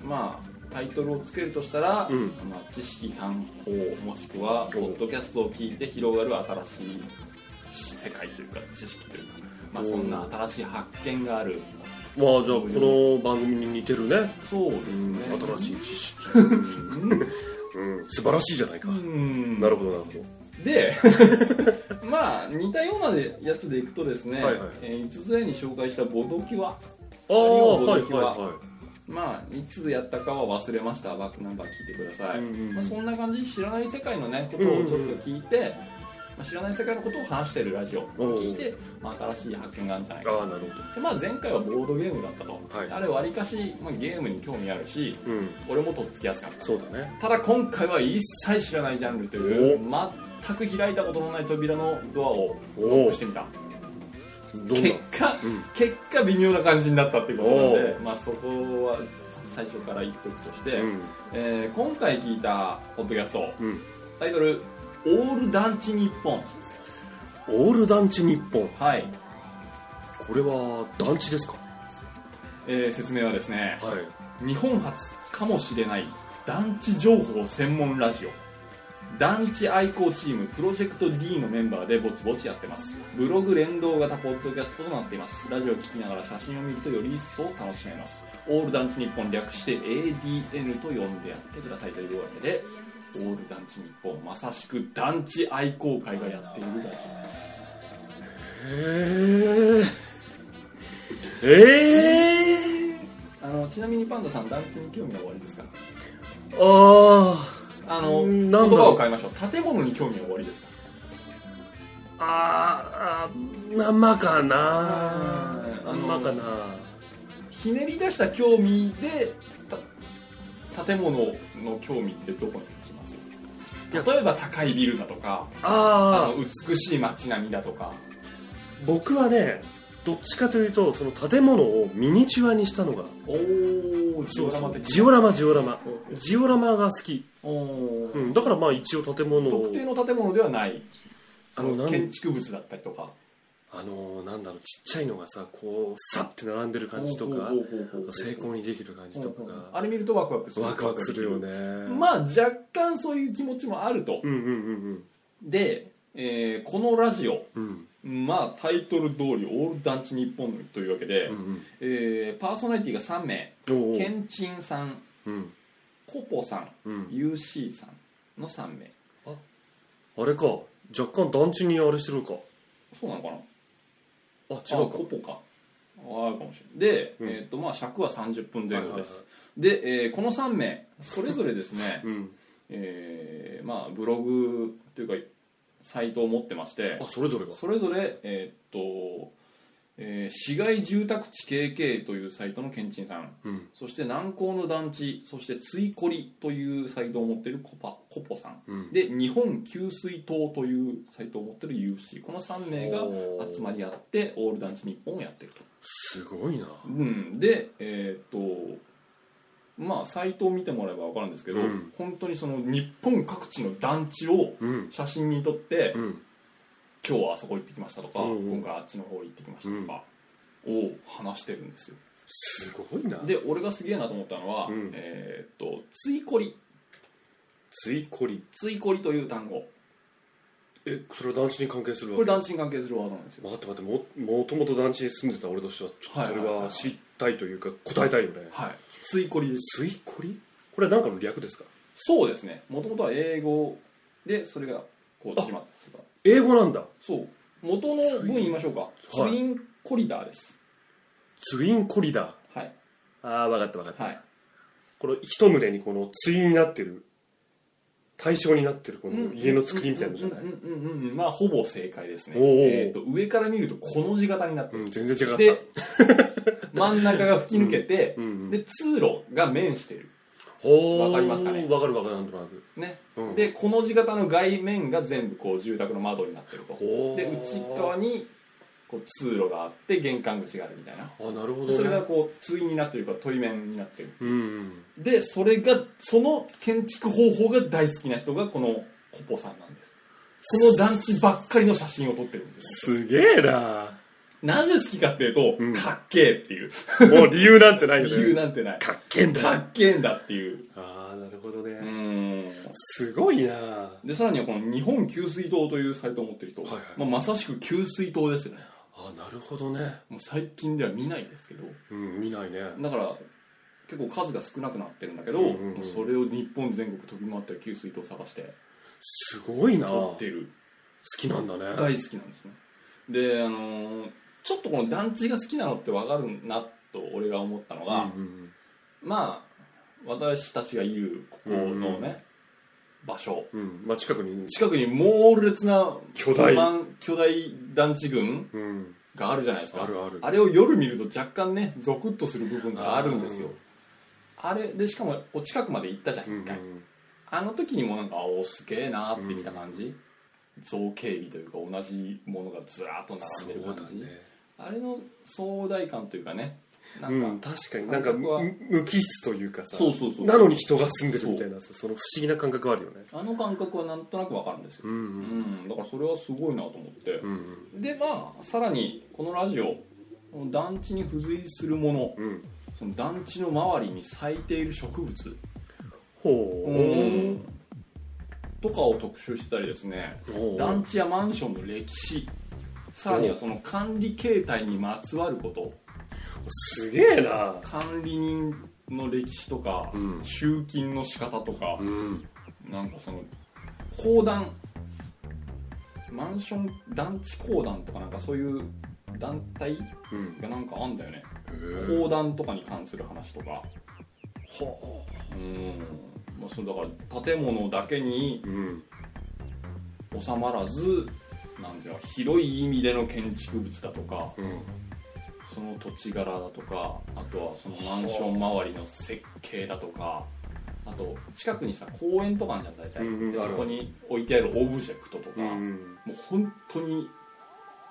Speaker 2: まあ、タイトルをつけるとしたら、
Speaker 1: うん
Speaker 2: まあ、知識探訪もしくはポッドキャストを聞いて広がる新しい世界というか知識というか、まあ、
Speaker 1: お
Speaker 2: そんな新しい発見がある
Speaker 1: まあじゃあこの番組に似てるね
Speaker 2: そうですね
Speaker 1: 新しい知識、うん、素晴らしいじゃないか、
Speaker 2: うん
Speaker 1: なるほどなるほど
Speaker 2: で [laughs] まあ似たようなやつでいくとですね、
Speaker 1: はいはい
Speaker 2: えー5つ目に紹介したボドキは
Speaker 1: ああ
Speaker 2: あ
Speaker 1: は
Speaker 2: はいい
Speaker 1: は
Speaker 2: はいい
Speaker 1: は
Speaker 2: はいまあ、いつやったかは忘れましたバックナンバー聞いてください、
Speaker 1: うんうんうん
Speaker 2: まあ、そんな感じ知らない世界のねことをちょっと聞いて、まあ、知らない世界のことを話してるラジオを聞いて、まあ、新しい発見があるんじゃないか
Speaker 1: ああなるほ
Speaker 2: で、まあ、前回はボードゲームだったと、
Speaker 1: はい
Speaker 2: あれわりかし、まあ、ゲームに興味あるし、
Speaker 1: どうん
Speaker 2: 俺もとっつきやすかった
Speaker 1: そうだね
Speaker 2: ただ今回は一切知らないジャンルという全く開いたことのない扉のドアをロックしてみた
Speaker 1: どんな
Speaker 2: 結果、
Speaker 1: うん
Speaker 2: 結果微妙な感じになったってことなんで
Speaker 1: お、
Speaker 2: まあ、そこは最初から言っとくとして、
Speaker 1: うん
Speaker 2: えー今回聞いたポッドキャスト
Speaker 1: うん
Speaker 2: タイトル「オール団地日本
Speaker 1: オール団地日本」
Speaker 2: はい、
Speaker 1: これは団地ですか
Speaker 2: えー説明はですね
Speaker 1: はい
Speaker 2: 日本初かもしれない団地情報専門ラジオ団地愛好チームプロジェクト D のメンバーでぼちぼちやってますブログ連動型ポッドキャストとなっていますラジオを聞きながら写真を見るとより一層楽しめますオール団地日本略して ADN と呼んでやってくださいというわけでオール団地日本まさしく団地愛好会がやっているラジオです
Speaker 1: ええええ
Speaker 2: あのちなみにパンダさん団地に興味はおありですか
Speaker 1: あ
Speaker 2: あの
Speaker 1: うん
Speaker 2: 言
Speaker 1: なんだろ
Speaker 2: 葉
Speaker 1: う
Speaker 2: を変えましょう建物に興味はおありですか
Speaker 1: ああーあまかな
Speaker 2: あー
Speaker 1: あんまかな
Speaker 2: ひねり出した興味でた建物の興味ってどこに行きます
Speaker 1: いや
Speaker 2: 例えば高いビルだとかあ
Speaker 1: ああ
Speaker 2: の美しい街並みだとか
Speaker 1: 僕はねどっちかというとその建物をミニチュアにしたのが
Speaker 2: おおジオラマ的な
Speaker 1: ジオラマジオラマ
Speaker 2: うん
Speaker 1: ジオラマが好き、
Speaker 2: おー
Speaker 1: うん、だからまあ一応建物を
Speaker 2: 特定の建物ではないそ
Speaker 1: あのな
Speaker 2: の
Speaker 1: ん
Speaker 2: 建築物だったりとか
Speaker 1: あのーなんだろうちっちゃいのがさこうさって並んでる感じとか
Speaker 2: ほうほうほうほう
Speaker 1: 成功にできる感じとか
Speaker 2: ほうほうほう
Speaker 1: が
Speaker 2: あれ見るとワクワクする
Speaker 1: ワクワクするよね
Speaker 2: まあ若干そういう気持ちもあると
Speaker 1: うんうんうん
Speaker 2: で、えーこのラジオ
Speaker 1: うんうん
Speaker 2: まあタイトル通り「オール団地日本」というわけで、
Speaker 1: うん
Speaker 2: えーパーソナリティが3名
Speaker 1: うんお
Speaker 2: ケ
Speaker 1: ー
Speaker 2: ンチンさん
Speaker 1: うん
Speaker 2: コポさん
Speaker 1: うん、
Speaker 2: UC さんの3名
Speaker 1: あれか若干団地にあれしてるか
Speaker 2: そうなのかな
Speaker 1: あ違
Speaker 2: あ
Speaker 1: うか
Speaker 2: コポかああるかもしれないで、
Speaker 1: うん
Speaker 2: えーとまあ、尺は30分前後で
Speaker 1: は、
Speaker 2: す、で、えーこの3名それぞれですね
Speaker 1: うん
Speaker 2: [laughs] えーまあ、ブログというかサイトを持ってまして
Speaker 1: あそれぞれが
Speaker 2: それぞれ、えーとえー市街住宅地 KK というサイトのケンチンさん
Speaker 1: うん
Speaker 2: そして南高の団地そしてついこりというサイトを持っているコパコポさん
Speaker 1: うん
Speaker 2: で日本給水塔というサイトを持ってる UFC この3名が
Speaker 1: おー
Speaker 2: 集まり合ってオール団地日本をやってると、
Speaker 1: すごいな
Speaker 2: うん、でえーっとまあサイトを見てもらえば分かるんですけど、
Speaker 1: うん
Speaker 2: 本当にその日本各地の団地を
Speaker 1: うん
Speaker 2: 写真に撮って、
Speaker 1: うん
Speaker 2: 今日はあそこ行ってきましたとか、
Speaker 1: うんうん
Speaker 2: 今回あっちの方行ってきましたとか、を話してるんですよ
Speaker 1: すごいな
Speaker 2: で俺がすげえなと思ったのは、
Speaker 1: うん
Speaker 2: えーっとついこり
Speaker 1: ついこり
Speaker 2: ついこりという単語
Speaker 1: えそれは団地に関係するわ
Speaker 2: これ
Speaker 1: け
Speaker 2: 団地に関係するワードなんですよ
Speaker 1: 待って待ってももともと団地に住んでた俺としてはちょっとそれは知りたいというか答えたいよね、
Speaker 2: はいついこりです
Speaker 1: ついこりこれは何かの略ですか
Speaker 2: そうですねもともとは英語でそれがこう決まった
Speaker 1: 英語なんだ
Speaker 2: そう元の文言いましょうかツ
Speaker 1: はい
Speaker 2: インコリダーです
Speaker 1: ツインコリダー
Speaker 2: はい
Speaker 1: ああ分かった分かった、
Speaker 2: はい
Speaker 1: この一棟にこの対になってる対象になってるこの家の作りみたいなのじゃない
Speaker 2: うんうんうんうんうんまあほぼ正解ですね
Speaker 1: おうおう
Speaker 2: えーと上から見るとこの字型になって
Speaker 1: う
Speaker 2: る
Speaker 1: ん全然違った
Speaker 2: で [laughs] 真ん中が吹き抜けて、
Speaker 1: うんうん
Speaker 2: で通路が面してる
Speaker 1: ほー
Speaker 2: わかりますかね
Speaker 1: わかるわかるなんとなく
Speaker 2: ね、
Speaker 1: うん
Speaker 2: でこの字型の外面が全部こう住宅の窓になってると
Speaker 1: ほー
Speaker 2: で内側にこう通路があって玄関口があるみたいな
Speaker 1: あなるほど、ね、
Speaker 2: それがこう対になってるから対面になってる
Speaker 1: うんうん
Speaker 2: でそれがその建築方法が大好きな人がこのコポさんなんですその団地ばっかりの写真を撮ってるんですよね
Speaker 1: すげえな
Speaker 2: なぜ好きかっていうと、
Speaker 1: うん
Speaker 2: かっけえって
Speaker 1: [laughs]
Speaker 2: いう
Speaker 1: もう理由なんてないよ
Speaker 2: 理
Speaker 1: ね
Speaker 2: 由なんてない
Speaker 1: かっけえんだ
Speaker 2: かっけえんだっていう
Speaker 1: ああなるほどね、
Speaker 2: うーん
Speaker 1: すごいな
Speaker 2: でさらにはこの日本給水塔というサイトを持ってる人、
Speaker 1: はいはい
Speaker 2: まあ、まさしく給水塔ですよね
Speaker 1: あなるほどね
Speaker 2: もう最近では見ないですけど
Speaker 1: うん見ないね
Speaker 2: だから結構数が少なくなってるんだけど、
Speaker 1: うんうんうん
Speaker 2: もうそれを日本全国飛び回って給水塔を探して
Speaker 1: すごいな
Speaker 2: 撮
Speaker 1: 好
Speaker 2: ってる
Speaker 1: きなんだね
Speaker 2: 大好きなんですねであのーちょっとこの団地が好きなのって分かるなと俺が思ったのが、
Speaker 1: うんうん
Speaker 2: まあ私たちがいるここのね、場所
Speaker 1: うんまあ、近くにいるんです
Speaker 2: 近くに猛烈な
Speaker 1: 巨大
Speaker 2: マン巨大団地群
Speaker 1: うん
Speaker 2: があるじゃないですか
Speaker 1: あるある
Speaker 2: れを夜見ると若干ねゾクッとする部分があるんですよあれでしかもこう近くまで行ったじゃん
Speaker 1: うん
Speaker 2: 一回、あの時にもなんかあおすげえなーって見た感じ、造形美というか同じものがずらーっと並んでる感じ、あれの壮大感というかねな
Speaker 1: うんん、
Speaker 2: か、
Speaker 1: 確かになんか
Speaker 2: 感覚は
Speaker 1: む無機質というかさ
Speaker 2: そうそうそう
Speaker 1: なのに人が住んでるみたいなさその不思議な感覚はあるよね
Speaker 2: あの感覚はなんとなくわかるんですよ、
Speaker 1: うんう
Speaker 2: うんん、だからそれはすごいなと思って、
Speaker 1: うん
Speaker 2: でまあさらにこのラジオこの団地に付随するもの
Speaker 1: うんうん
Speaker 2: その団地の周りに咲いている植物
Speaker 1: ほう
Speaker 2: とかを特集したりですね
Speaker 1: ほう
Speaker 2: 団地やマンションの歴史さらにはその管理形態にまつわること
Speaker 1: すげえな
Speaker 2: 管理人の歴史とか、
Speaker 1: うん
Speaker 2: 集金の仕方とか
Speaker 1: う、ん
Speaker 2: なんかその公団マンション団地公団とかなんかそういう団体
Speaker 1: うん
Speaker 2: がなんかあんだよね
Speaker 1: へ
Speaker 2: 講談とかに関する話とか
Speaker 1: えは
Speaker 2: うん、まあ、それだから建物だけに
Speaker 1: あうん
Speaker 2: 収まらずなんていうの広い意味での建築物だとか
Speaker 1: うん
Speaker 2: その土地柄だとかあとはそのマンション周りの設計だとかあと近くにさ公園とかあるじゃん大体、
Speaker 1: うんうん
Speaker 2: で
Speaker 1: あ
Speaker 2: そ
Speaker 1: る
Speaker 2: こに置いてあるオブジェクトとか、
Speaker 1: うん
Speaker 2: もう本当に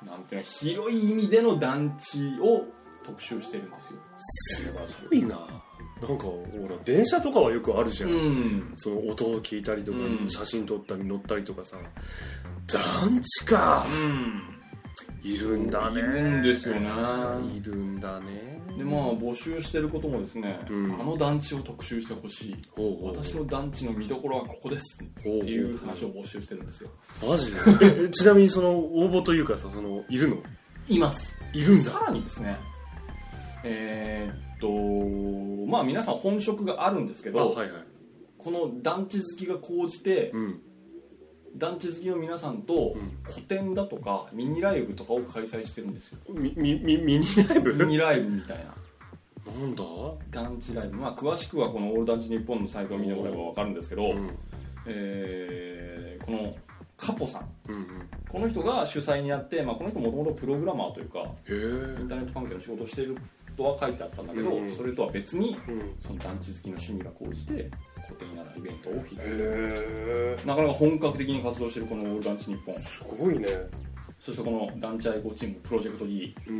Speaker 2: なんていうの広い意味での団地を特集してるんですよす
Speaker 1: すごいななんかほら電車とかはよくあるじゃん、
Speaker 2: うん
Speaker 1: その音を聞いたりとか、
Speaker 2: うん
Speaker 1: 写真撮ったり乗ったりとかさ団地か
Speaker 2: うん
Speaker 1: いるんだね
Speaker 2: いるんですよね
Speaker 1: いるんだね
Speaker 2: でまあ募集してることもですね、
Speaker 1: うん
Speaker 2: あの団地を特集してほしい
Speaker 1: ほうほう
Speaker 2: 私の団地の見どころはここですって
Speaker 1: ほう
Speaker 2: いう話を募集してるんですよ
Speaker 1: マジでえちなみにその応募というかさそのいるの
Speaker 2: います
Speaker 1: いるん
Speaker 2: さ
Speaker 1: だ
Speaker 2: らにですねえーっとまあ皆さん本職があるんですけ
Speaker 1: あ
Speaker 2: ど、
Speaker 1: はいはい
Speaker 2: この団地好きが高じて、
Speaker 1: うん
Speaker 2: 団地好きの皆さんと
Speaker 1: うん
Speaker 2: 個展だとかミニライブとかを開催してるんですよ
Speaker 1: みみみミニライブ
Speaker 2: ミニライブみたいな
Speaker 1: なんだ
Speaker 2: 団地ライブまあ詳しくはこの「オール団地日本のサイトを見てもらえば分かるんですけど、
Speaker 1: うん
Speaker 2: えーこのカポさん
Speaker 1: うん
Speaker 2: この人が主催になって、まあ、この人もともとプログラマーというかイン
Speaker 1: うんへ
Speaker 2: ターネット関係の仕事をしているとは書いてあったんだけど、
Speaker 1: うんうん
Speaker 2: それとは別に
Speaker 1: えうん
Speaker 2: その団地好きの趣味が高じて個展やらイベントを開いて
Speaker 1: へえ
Speaker 2: なかなか本格的に活動しているこのオール団地日本
Speaker 1: すごいね
Speaker 2: そしてこの団地愛好チームプロジェクト D
Speaker 1: うん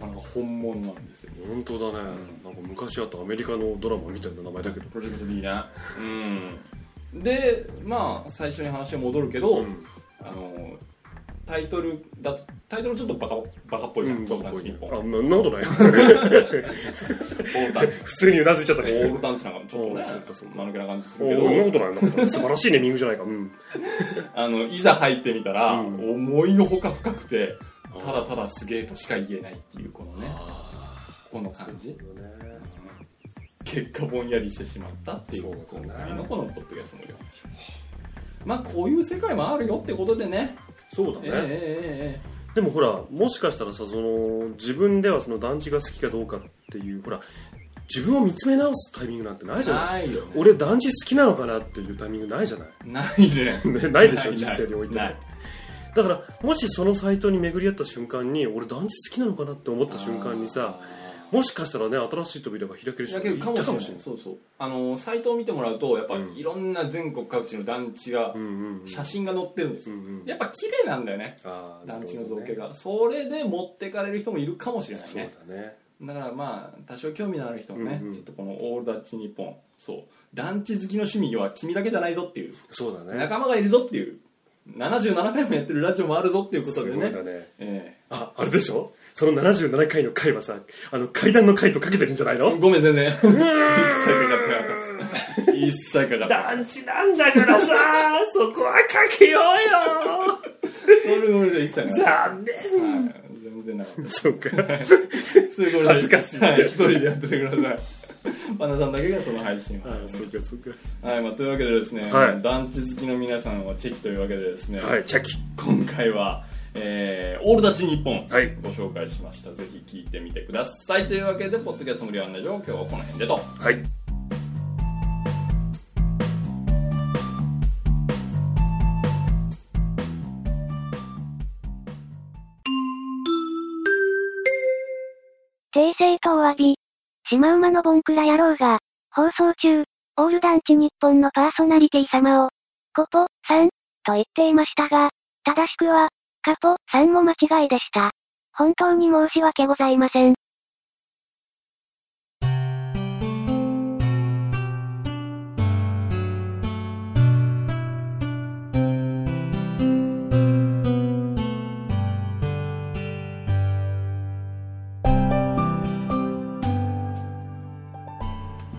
Speaker 2: なかなか本物なんですよ
Speaker 1: 本当だね、なんか昔あったアメリカのドラマみたいな名前だけど
Speaker 2: プロジェクト D なうんでまあ最初に話は戻るけど、
Speaker 1: ん
Speaker 2: あのタイトルだとタイトルちょっとバカバカっぽいじゃん、オール団地日本
Speaker 1: あんなことない [laughs] 普
Speaker 2: オール団地
Speaker 1: 通にうなずいちゃった
Speaker 2: オ
Speaker 1: け
Speaker 2: ー
Speaker 1: ど
Speaker 2: ル団地なんかちょっとね
Speaker 1: おーそっかそっか
Speaker 2: 間抜けな感じす
Speaker 1: お
Speaker 2: るけ
Speaker 1: おそんなこ
Speaker 2: ど
Speaker 1: とないなんか素晴らしいネーミングじゃないかうん
Speaker 2: あのいざ入ってみたら、
Speaker 1: うん
Speaker 2: 思いのほか深くてただただすげえとしか言えないっていうこのねここの感じ結果ぼんやりしてしまったっていう
Speaker 1: そうだね
Speaker 2: 今回のこのポッドキャストの量まあこういう世界もあるよってことでね
Speaker 1: そうだね
Speaker 2: え、ええ
Speaker 1: でもほらもしかしたらさその自分ではその団地が好きかどうかっていうほら自分を見つめ直すタイミングなんてない
Speaker 2: えええ
Speaker 1: じゃない
Speaker 2: ないよ、ね、
Speaker 1: 俺団地好きなのかなっていうタイミングないじゃない
Speaker 2: ないね
Speaker 1: ね [laughs] ないでしょ
Speaker 2: な
Speaker 1: 人生においても
Speaker 2: ない
Speaker 1: だからもしそのサイトに巡り合った瞬間に俺団地好きなのかなって思った瞬間にさもしかしたらね新しい扉が開ける
Speaker 2: だけ
Speaker 1: 瞬
Speaker 2: ど
Speaker 1: 間
Speaker 2: か
Speaker 1: に行
Speaker 2: も
Speaker 1: ったかも
Speaker 2: し
Speaker 1: し
Speaker 2: れ
Speaker 1: れ
Speaker 2: な
Speaker 1: ないい
Speaker 2: そうそうあのサイトを見てもらうとやっぱ、
Speaker 1: うん
Speaker 2: いろんな全国各地の団地が [laughs]
Speaker 1: うんうんうん
Speaker 2: 写真が載ってるんです
Speaker 1: う
Speaker 2: よ、
Speaker 1: んうん
Speaker 2: やっぱ綺麗なんだよね
Speaker 1: あー
Speaker 2: 団地
Speaker 1: な
Speaker 2: の
Speaker 1: る
Speaker 2: 造
Speaker 1: ほど
Speaker 2: 形
Speaker 1: ね
Speaker 2: が、それで持ってかれる人もいるかもしれない
Speaker 1: そう
Speaker 2: ね
Speaker 1: だね
Speaker 2: だからまあ多少興味のある人もね、
Speaker 1: うんうん
Speaker 2: ちょっとこの「オール団地日本」そう団地好きの趣味は君だけじゃないぞっていう
Speaker 1: そうだね
Speaker 2: 仲間がいるぞっていう77回もやってるラジオもあるぞっていうこ
Speaker 1: す
Speaker 2: とで
Speaker 1: ご
Speaker 2: ね
Speaker 1: いだね
Speaker 2: え
Speaker 1: ああれでしょその77回の回はさあの階段の回とかけてるんじゃない
Speaker 2: え
Speaker 1: の
Speaker 2: ごめん全然 [laughs] 一切かかってなかったです一切かかってなかった
Speaker 1: 団地なんだからさそこはかけよう
Speaker 2: そういうごめんなさい一切なかったです
Speaker 1: 残念
Speaker 2: はい全然なかったです
Speaker 1: そうか
Speaker 2: そういうことで
Speaker 1: 恥ずかしい
Speaker 2: はい、一人でやっててくださいパナさんだけがその配信を
Speaker 1: あそうかそうか
Speaker 2: はい、まあ、というわけでですね、
Speaker 1: はい
Speaker 2: 団地好きの皆さんはチェキというわけでですね、
Speaker 1: はいチェキ
Speaker 2: 今回は、えー、オールダチ日本、
Speaker 1: はい
Speaker 2: ご紹介しましたぜひ聞いてみてくださいというわけでポッドキャスト無料案内所今日はこの辺でと
Speaker 1: はい
Speaker 5: 訂正とお詫び。シマウマのボンクラ野郎が、放送中、オール団地日本のパーソナリティ様を、コポ、さん、と言っていましたが、正しくは、カポ、さんも間違いでした。本当に申し訳ございません。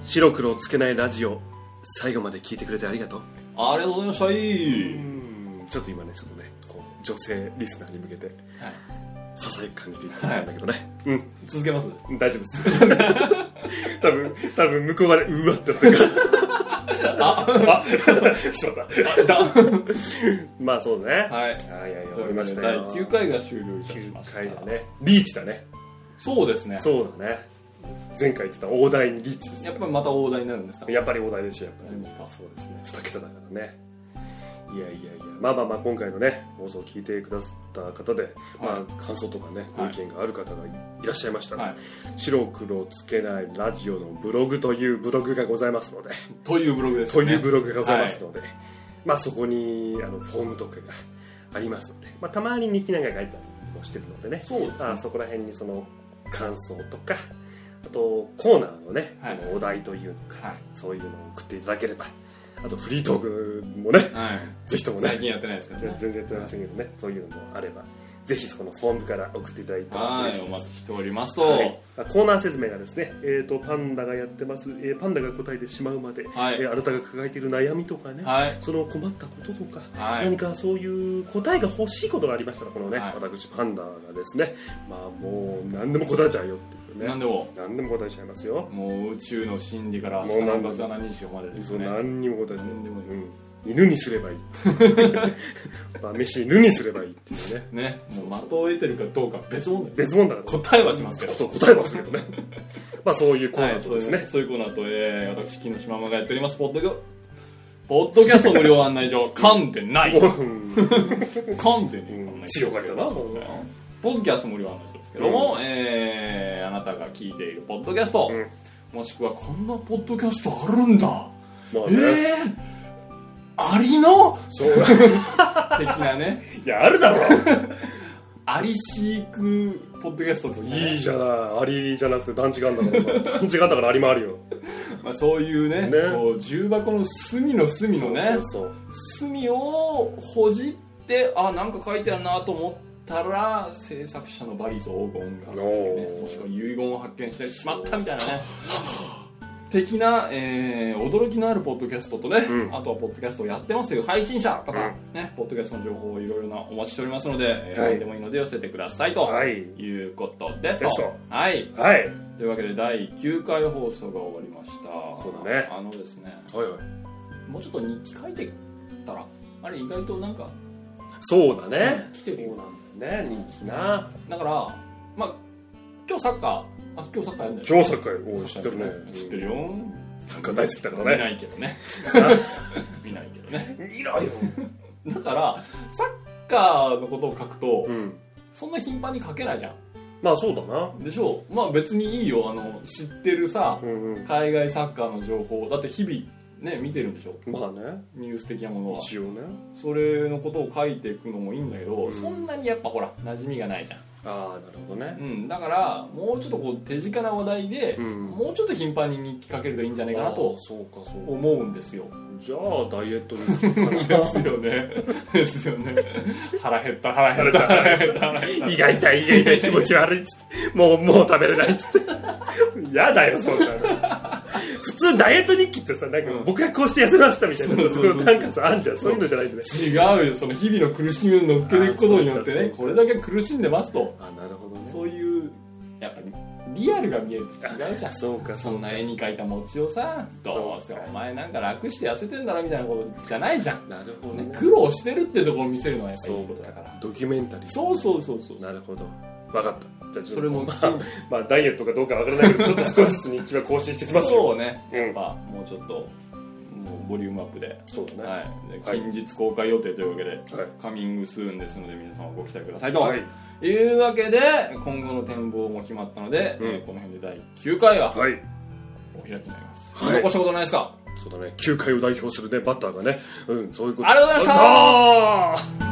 Speaker 1: 白黒をつけないラジオ最後まで聞いてくれてありがとう
Speaker 2: ありがとうございましたい
Speaker 1: うんちょっと今ねちょっとねこう女性リスナーに向けて
Speaker 2: はい
Speaker 1: ささやく感じで言ってたんだけどね、うん [laughs]
Speaker 2: 続けます
Speaker 1: 大丈夫です多分多分向こうまでうわってなったから [laughs] あしまった
Speaker 2: だは
Speaker 1: まあそうだね
Speaker 2: い
Speaker 1: あいやいや
Speaker 2: と
Speaker 1: 終
Speaker 2: い
Speaker 1: わりま
Speaker 2: うこと
Speaker 1: し
Speaker 2: で
Speaker 1: た
Speaker 2: 第
Speaker 1: よ
Speaker 2: 9回が終了いたしまし
Speaker 1: 9
Speaker 2: た
Speaker 1: 回だねリーチだね
Speaker 2: そうですね
Speaker 1: そうだね前回言ってた大台にリーチです
Speaker 2: やっぱりまた大台になるんですか
Speaker 1: やっぱり大台でしょやっぱ
Speaker 2: なり
Speaker 1: り
Speaker 2: ますか
Speaker 1: そうですね2桁だからねいやいやいやまあまあまあ今回のね放送を聞いてくださった方で、まあ感想とかねご
Speaker 2: は
Speaker 1: 意
Speaker 2: い
Speaker 1: 見がある方がいいらっしゃいましたら、
Speaker 2: はい
Speaker 1: 白黒つけないラジオのブログというブログがございますので
Speaker 2: というブログです
Speaker 1: と
Speaker 2: よね
Speaker 1: いうブログがございますので、まあそこにあのフォームとかがありますので、まあ、たまに日記なんか書いたりもしてるのでね
Speaker 2: そうですね
Speaker 1: まあ、そこら辺にその感想とかあとコーナーのね、
Speaker 2: はい
Speaker 1: そのお題というのか、
Speaker 2: はい
Speaker 1: そういうのを送っていただければあとフリートークもね
Speaker 2: はい
Speaker 1: ぜひともね
Speaker 2: 最近やってないですけどね
Speaker 1: 全然やってませんけどね、そういうのもあればぜひそのフォームから送っていただいたら
Speaker 2: は
Speaker 1: 嬉し
Speaker 2: い
Speaker 1: い
Speaker 2: お
Speaker 1: です
Speaker 2: 待ちしておりますと
Speaker 1: はい、コーナー説明がですね、えー、とパンダがやってます、えーパンダが答えてしまうまで、
Speaker 2: はい
Speaker 1: えーあなたが抱えている悩みとかね、
Speaker 2: はい
Speaker 1: その困ったこととか、
Speaker 2: はい
Speaker 1: 何かそういう答えが欲しいことがありましたらこのね、
Speaker 2: はい
Speaker 1: 私パンダがですねまあもう何でも答えちゃうよっていうね
Speaker 2: 何でも
Speaker 1: 何でも答えちゃいますよ、
Speaker 2: もう宇宙の真理から
Speaker 1: もう
Speaker 2: 明日の
Speaker 1: 何でも
Speaker 2: 朝何日までです
Speaker 1: そう
Speaker 2: よね
Speaker 1: 何にも答えちゃう
Speaker 2: 何でもいい
Speaker 1: うん犬にすれば
Speaker 2: [laughs]
Speaker 1: いいまあ飯犬にすればいいっていうね
Speaker 2: ねもう的を得てるかどうか別問題
Speaker 1: 別問だから
Speaker 2: 答えはしますけど
Speaker 1: そう答えますけどねまあそういうコー
Speaker 2: は
Speaker 1: ナ
Speaker 2: い、
Speaker 1: ー
Speaker 2: そ
Speaker 1: と
Speaker 2: う
Speaker 1: ですね、
Speaker 2: いうそういうコーナーと、えー、私、木下ママがやっております、ポッドキャポッドキャスト無料案内所、噛んでない。噛
Speaker 1: うん
Speaker 2: んでねえ。
Speaker 1: 強がりだなほんま
Speaker 2: ポッドキャスト無料案内所ですけども、えー、あなたが聞いているポッドキャスト、
Speaker 1: うん
Speaker 2: もしくはこんなポッドキャストあるんだ、
Speaker 1: まあ
Speaker 2: えー
Speaker 1: ね、、
Speaker 2: ありの
Speaker 1: そう
Speaker 2: 的なね、
Speaker 1: いやあるだろ
Speaker 2: あり飼育ポッドキャストとかね
Speaker 1: いいじゃないアリじゃなくて団地があんだからさ団地があんだからアリもあるよ
Speaker 2: まあ、そういうね、
Speaker 1: ね
Speaker 2: こう重箱の隅の隅の
Speaker 1: そ
Speaker 2: ね、
Speaker 1: うそう
Speaker 2: 隅をほじってあなんか書いてあるなと思ったら制作者のバリ荘黄金が、ね、
Speaker 1: おー
Speaker 2: もしくは遺言を発見してしまったみたいなね的な、えー驚きのあるポッドキャストとね、
Speaker 1: うん
Speaker 2: あとはポッドキャストをやってますという配信者方、
Speaker 1: う
Speaker 2: ね、ポッドキャストの情報をいろいろなお待ちしておりますので、えー
Speaker 1: はい
Speaker 2: 何でもいいので寄せてくださいと、、
Speaker 1: はいいう
Speaker 2: ことです
Speaker 1: ですと
Speaker 2: はい、
Speaker 1: はいはい
Speaker 2: というわけで第9回放送が終わりました
Speaker 1: そうだね
Speaker 2: あのですね
Speaker 1: はい
Speaker 2: もうちょっと日記書いてたらあれ意外となんか
Speaker 1: そうだね
Speaker 2: 来てるよ
Speaker 1: んだよね人気な
Speaker 2: だからまあ今日サッカーあ今日サッカーやんだよ
Speaker 1: 今日サッカーおう知ってるね
Speaker 2: 知ってるよ
Speaker 1: サッカー大好きだか
Speaker 2: 見
Speaker 1: ら
Speaker 2: な
Speaker 1: ね
Speaker 2: いけ
Speaker 1: [laughs]
Speaker 2: どね見ないけどね
Speaker 1: 見ろよ
Speaker 2: だからサッカーのことを書くと、
Speaker 1: うん
Speaker 2: そんな頻繁に書けないじゃ
Speaker 1: まあそうだなん
Speaker 2: でしょまあ別にいいよあの知ってるさ
Speaker 1: うんうん
Speaker 2: 海外サッカーの情報だって日々ね見てるんでしょ
Speaker 1: まあね
Speaker 2: ニュース的なものは
Speaker 1: 一応ね
Speaker 2: それのことを書いていくのもいいんだけど、
Speaker 1: ん
Speaker 2: そんなにやっぱほら馴染みがないじゃん
Speaker 1: ああなるほどね
Speaker 2: うん、だからもうちょっとこう手近な話題で、
Speaker 1: うん
Speaker 2: もうちょっと頻繁に日記かけるといいんじゃないかな
Speaker 1: あ
Speaker 2: と
Speaker 1: ーそうかそうか
Speaker 2: 思うんですよ。
Speaker 1: じゃあダイエットに
Speaker 2: ですよね。 [laughs] ですよね。腹減った腹減った腹減った腹減った。
Speaker 1: 胃が痛い胃が痛い気持ち悪いっつってもうもう食べれないっつって [laughs] 嫌だよそんなの普通ダイエット日記ってさなんか
Speaker 2: うん
Speaker 1: 僕がこうして痩せましたみたいな
Speaker 2: そう
Speaker 1: さそ
Speaker 2: そ
Speaker 1: う
Speaker 2: そう
Speaker 1: うなんかさあんじゃんそういうのじゃないんだね
Speaker 2: 違うよその日々の苦しみを乗っけていくことによって
Speaker 1: あそう
Speaker 2: ね
Speaker 1: か
Speaker 2: これだけ苦しんでますと
Speaker 1: あなるほどね
Speaker 2: そういうやっぱりリアルが見えると違うじゃん
Speaker 1: そうか
Speaker 2: そんな絵に描いた餅をさどうせお前なんか楽して痩せてんだなみたいなことじゃないじゃん、
Speaker 1: なるほど
Speaker 2: ね
Speaker 1: ね、
Speaker 2: 苦労してるってところを見せるのはやっぱ
Speaker 1: そ
Speaker 2: いういことだから
Speaker 1: ドキュメンタリー
Speaker 2: そうそうそうそう
Speaker 1: なるほど分かったじゃあちょっと
Speaker 2: それも
Speaker 1: まあ、まあ、ダイエットかどうか分からないけどちょっと少しずつ日記は更新してきますよ
Speaker 2: そうね
Speaker 1: うん
Speaker 2: やっぱもうちょっともうボリュームアップで,、
Speaker 1: そうだね
Speaker 2: はい、で
Speaker 1: はい
Speaker 2: 近日公開予定というわけで、
Speaker 1: はい
Speaker 2: カミングスーンですので皆様ご期待くださいと、、
Speaker 1: はい
Speaker 2: うわけで今後の展望も決まったので、
Speaker 1: うん
Speaker 2: えーこの辺で第9回は
Speaker 1: はい
Speaker 2: お開きになります、
Speaker 1: はい
Speaker 2: 残したことないですか
Speaker 1: そうだね球界を代表するねバッターがねうんそういうこと
Speaker 2: ありがとうございました
Speaker 1: ありがとうございました